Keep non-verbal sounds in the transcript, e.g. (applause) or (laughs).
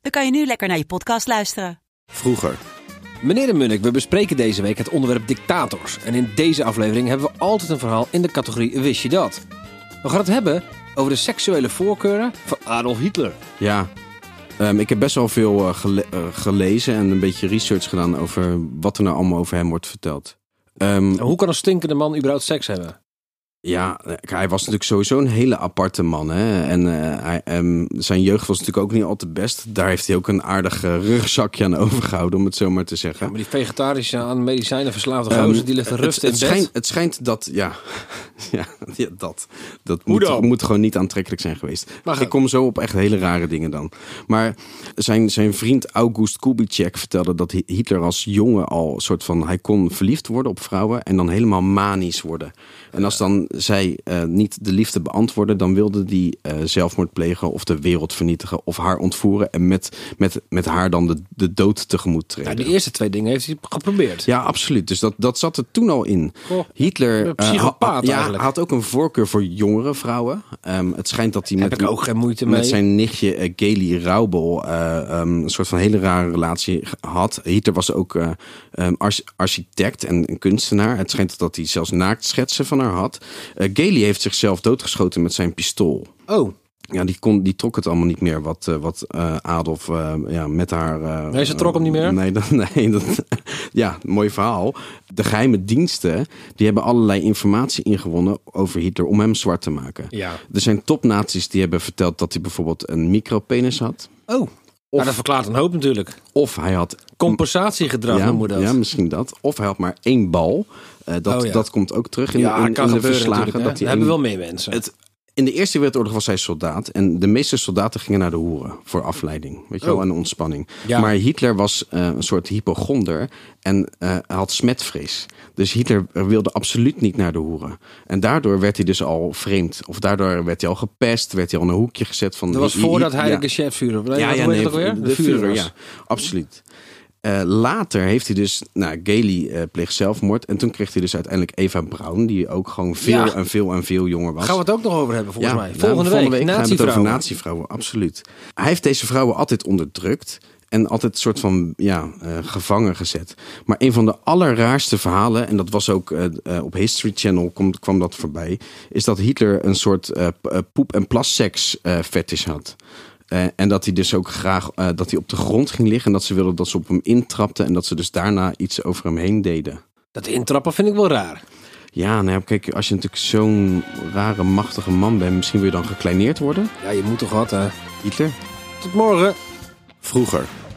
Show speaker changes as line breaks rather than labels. dan kan je nu lekker naar je podcast luisteren.
Vroeger. Meneer de Munnik, we bespreken deze week het onderwerp dictators. En in deze aflevering hebben we altijd een verhaal in de categorie Wist je dat? We gaan het hebben over de seksuele voorkeuren van Adolf Hitler.
Ja. Ehm, ik heb best wel veel eh, gele- eh, gelezen en een beetje research gedaan over wat er nou allemaal over hem wordt verteld. Ehm,
En hoe kan een stinkende man überhaupt seks hebben?
ja, eh, hij was natuurlijk sowieso een hele aparte man. Hè? En eh, hij, ehm, zijn jeugd was natuurlijk ook niet al te best. Daar heeft hij ook een aardig eh, rugzakje aan (laughs) overgehouden, om het zo maar te zeggen.
Maar die vegetarische aan medicijnen verslaafde
Ehm,
gozer, die ligt te
het-
rusten in
het,
bed.
schijnt, het schijnt dat, ja, (laughs) ja, ja, dat, dat
Hoe
moet,
dan?
moet gewoon niet aantrekkelijk zijn geweest.
Maar goed.
ik kom zo op echt hele rare dingen dan. Maar zijn, zijn vriend August Kubitschek vertelde dat Hi- Hitler als jongen al een soort van, hij kon verliefd worden op vrouwen en dan helemaal manisch worden. En als dan zij eh, niet de liefde beantwoordde, dan wilde die eh, zelfmoord plegen of de wereld vernietigen of haar ontvoeren en met, met, met haar dan de, de dood tegemoet treden.
Nou, de eerste twee dingen heeft hij geprobeerd.
Ja, absoluut. Dus dat, dat zat er toen al in.
Goh,
Hitler
een
eh,
psychopaat
had, ja,
eigenlijk.
had ook een voorkeur voor jongere vrouwen. Ehm, het schijnt dat hij met,
ik ook geen moeite mee.
met zijn nichtje eh, Geli Raubel eh, ehm, een soort van hele rare relatie ge- had. Hitler was ook eh, ehm, ar- architect en een kunstenaar. Het schijnt dat hij zelfs naaktschetsen van haar had. Eh Geli heeft zichzelf doodgeschoten met zijn pistool.
Oh,
Ja, die, kon, die trok het allemaal niet meer wat, eh, wat eh, Adolf eh, ja, met haar... eh,
Nee, ze trok hem niet meer?
Nee, dat, (laughs) nee dat, ja, mooi verhaal. De geheime diensten, die hebben allerlei informatie ingewonnen over Hitler om hem zwart te maken.
ja.
Er zijn topnaties die hebben verteld dat hij bijvoorbeeld een micropenis had.
Oh, nou, dat verklaart een hoop natuurlijk.
Of hij had...
Compensatiegedrag
ja,
noemen we dat.
ja, misschien dat. Of hij had maar één bal. Eh, dat,
Oh, ja.
dat komt ook terug in,
Ja,
in, in
kan
de
gebeuren
verslagen.
natuurlijk, hè.
Dat
Daar
hij
hebben
één-
wel meer mensen.
het, in de Eerste Wereldoorlog was hij soldaat. En de meeste soldaten gingen naar de hoeren voor afleiding. Weet je wel,
Oh.
en ontspanning.
Ja.
Maar Hitler was eh, een soort hypochonder en eh, had smetvrees. Dus Hitler wilde absoluut niet naar de hoeren. En daardoor werd hij dus al vreemd. Of daardoor werd hij al gepest, werd hij al in een hoekje gezet. Van,
dat was
Hi- hi-
voordat hij
ja.
de chefvuurder... Nee,
Ja,
wat
ja,
hoe heet
nee,
dat ook weer?
de, de
Führer
Führer,
was.
ja, absoluut. Eh, later heeft hij dus, nou, Gailey eh, pleegt zelfmoord. En toen kreeg hij dus uiteindelijk Eva Braun, die ook gewoon veel
Ja.
en veel en veel jonger was.
Gaan we het ook nog over hebben, volgens mij.
nou,
Volgende, week,
gaan we het over
natievrouwen.
natievrouwen, absoluut. Hij heeft deze vrouwen altijd onderdrukt en altijd een soort van ja, eh, gevangen gezet. Maar een van de allerraarste verhalen, en dat was ook eh, eh, op History Channel kwam, kwam dat voorbij, is dat Hitler een soort eh, p- eh, poep- en plasseks eh fetish had. Eh, en dat hij dus ook graag eh, dat hij op de grond ging liggen en dat ze wilden dat ze op hem intrapten en dat ze dus daarna iets over hem heen deden.
Dat intrappen vind ik wel raar.
Ja, nou ja, kijk, als je natuurlijk zo'n rare, machtige man bent, misschien wil je dan gekleineerd worden.
Ja, je moet toch wat, hè?
Hitler?
Tot morgen.
Vroeger.